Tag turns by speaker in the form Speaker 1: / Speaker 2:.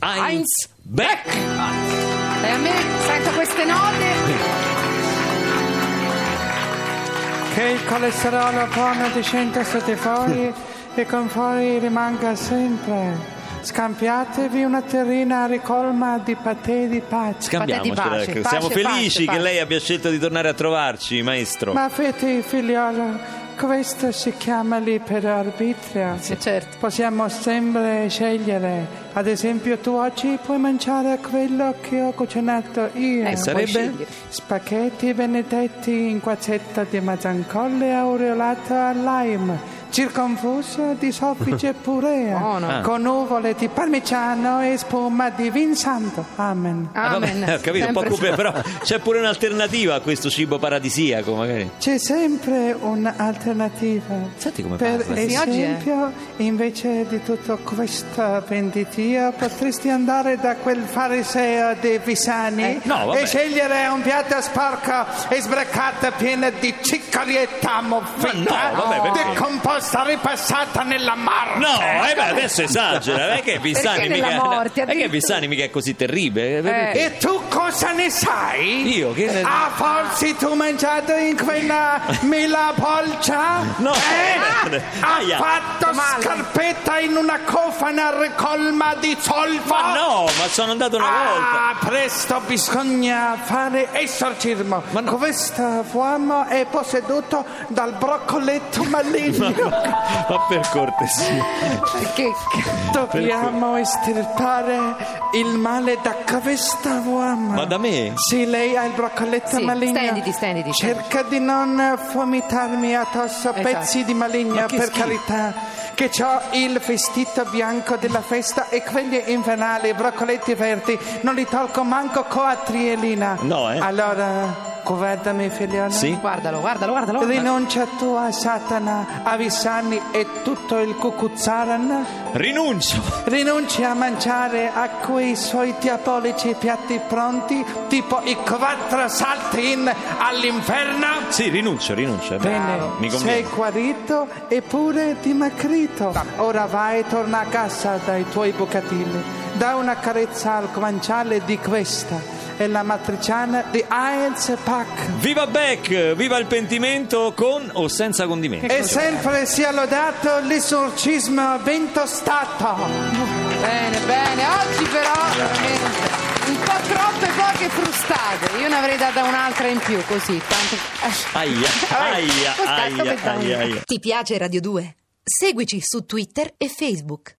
Speaker 1: Heinz Beck!
Speaker 2: E a me sento queste note.
Speaker 3: Che il colesterolo buono di 100 state fuori e con fuori rimanga sempre. Scampiatevi una terrina ricolma di patè di pace.
Speaker 1: Scambiamoci,
Speaker 2: Fate di pace,
Speaker 1: ecco.
Speaker 2: pace,
Speaker 1: siamo
Speaker 2: pace,
Speaker 1: felici
Speaker 2: pace.
Speaker 1: che lei abbia scelto di tornare a trovarci, maestro.
Speaker 3: Ma vedi, figliolo, questo si chiama libero arbitrio.
Speaker 2: Sì, certo.
Speaker 3: Possiamo sempre scegliere. Ad esempio, tu oggi puoi mangiare quello che ho cucinato io.
Speaker 2: Ecco,
Speaker 1: Sarebbe?
Speaker 2: puoi scegliere.
Speaker 3: Spaghetti benedetti in guazzetta di mazzancolle aureolato al lime, circonfuso di soffice purea,
Speaker 2: Buono.
Speaker 1: Ah.
Speaker 3: con nuvole di parmigiano e spuma di vin santo. Amen.
Speaker 1: Ah, vabbè,
Speaker 2: Amen.
Speaker 1: ho capito, un po'
Speaker 2: Sempre
Speaker 1: cupe, però c'è pure un'alternativa a questo cibo paradisiaco, magari.
Speaker 3: C'è sempre un'alternativa.
Speaker 1: Senti come
Speaker 3: per
Speaker 1: parla.
Speaker 2: Sì, oggi è-
Speaker 3: esempio, invece di tutto questo penditia, potresti andare da quel fariseo dei Pisani
Speaker 2: Eh,
Speaker 1: no, vabbè.
Speaker 3: e scegliere un piatto sporco e sbreccato pieno di ciccoli e tamoffetta,
Speaker 1: Ma no, vabbè, perché?
Speaker 3: decomposta, ripassata nella marra.
Speaker 1: No, eh, beh, adesso esagera, non è che Pisani
Speaker 2: Perché nella
Speaker 1: mica,
Speaker 2: morte,
Speaker 1: non è che
Speaker 2: addirittura?
Speaker 1: Pisani mica è così terribile. eh,
Speaker 2: Eh.
Speaker 3: E tu cosa ne sai?
Speaker 1: Io che ne-
Speaker 3: Ah, forse tu hai mangiato in quella mila polcia?
Speaker 1: No.
Speaker 3: Eh?
Speaker 1: Aia.
Speaker 3: Ha fatto
Speaker 2: Male.
Speaker 3: scarpetta in una cofana ricolma di solfo?
Speaker 1: Ma no, ma sono andato una volta.
Speaker 3: Ah, presto bisogna fare esorcismo.
Speaker 1: Ma no.
Speaker 3: Questo uomo è posseduto dal broccoletto maligno.
Speaker 1: Ma per cortesia.
Speaker 2: Perché
Speaker 3: Dobbiamo estirpare il male da questa uomo.
Speaker 1: Ma da me?
Speaker 3: Sì, lei ha il broccoletto
Speaker 2: Sì,
Speaker 3: maligno.
Speaker 2: stenditi, stenditi.
Speaker 3: Cerca di non vomitarmi addosso
Speaker 2: Esatto.
Speaker 3: pezzi di maligno,
Speaker 1: Ma che
Speaker 3: per
Speaker 1: schifo.
Speaker 3: carità. Che ho il vestito bianco della festa e quelli infernali, i broccoletti verdi, non li tolgo manco con trielina.
Speaker 1: No, eh.
Speaker 3: Allora, guardami, figliolo.
Speaker 1: Sì?
Speaker 2: guardalo, guardalo, guardalo.
Speaker 3: Rinuncia tu a Satana, a Vissani e tutto il cucuzzaran.
Speaker 1: Rinuncio.
Speaker 3: Rinunci a mangiare a quei suoi diabolici piatti pronti, tipo i quattro salti in all'inferno.
Speaker 1: Sì, rinuncio, rinuncio. eh, mi
Speaker 3: Bene, sei
Speaker 1: conviene.
Speaker 3: guarito eppure dimagrito. Ora vai e torna a casa dai tuoi bucatini. Da una carezza al guanciale di questa e la matriciana di Heinz Pack.
Speaker 1: Viva Beck, viva il pentimento con o senza
Speaker 2: Eh.
Speaker 1: condimento.
Speaker 3: E sempre sia lodato l'esorcismo ventostato.
Speaker 2: Bene, bene. Oggi però veramente un po' troppe poche frustate. Io ne avrei data un'altra in più così, tanto
Speaker 1: Aia, aia,
Speaker 2: Ho scatto
Speaker 1: aia,
Speaker 2: per
Speaker 1: aia, aia.
Speaker 4: Ti piace Radio 2? Seguici su Twitter e Facebook.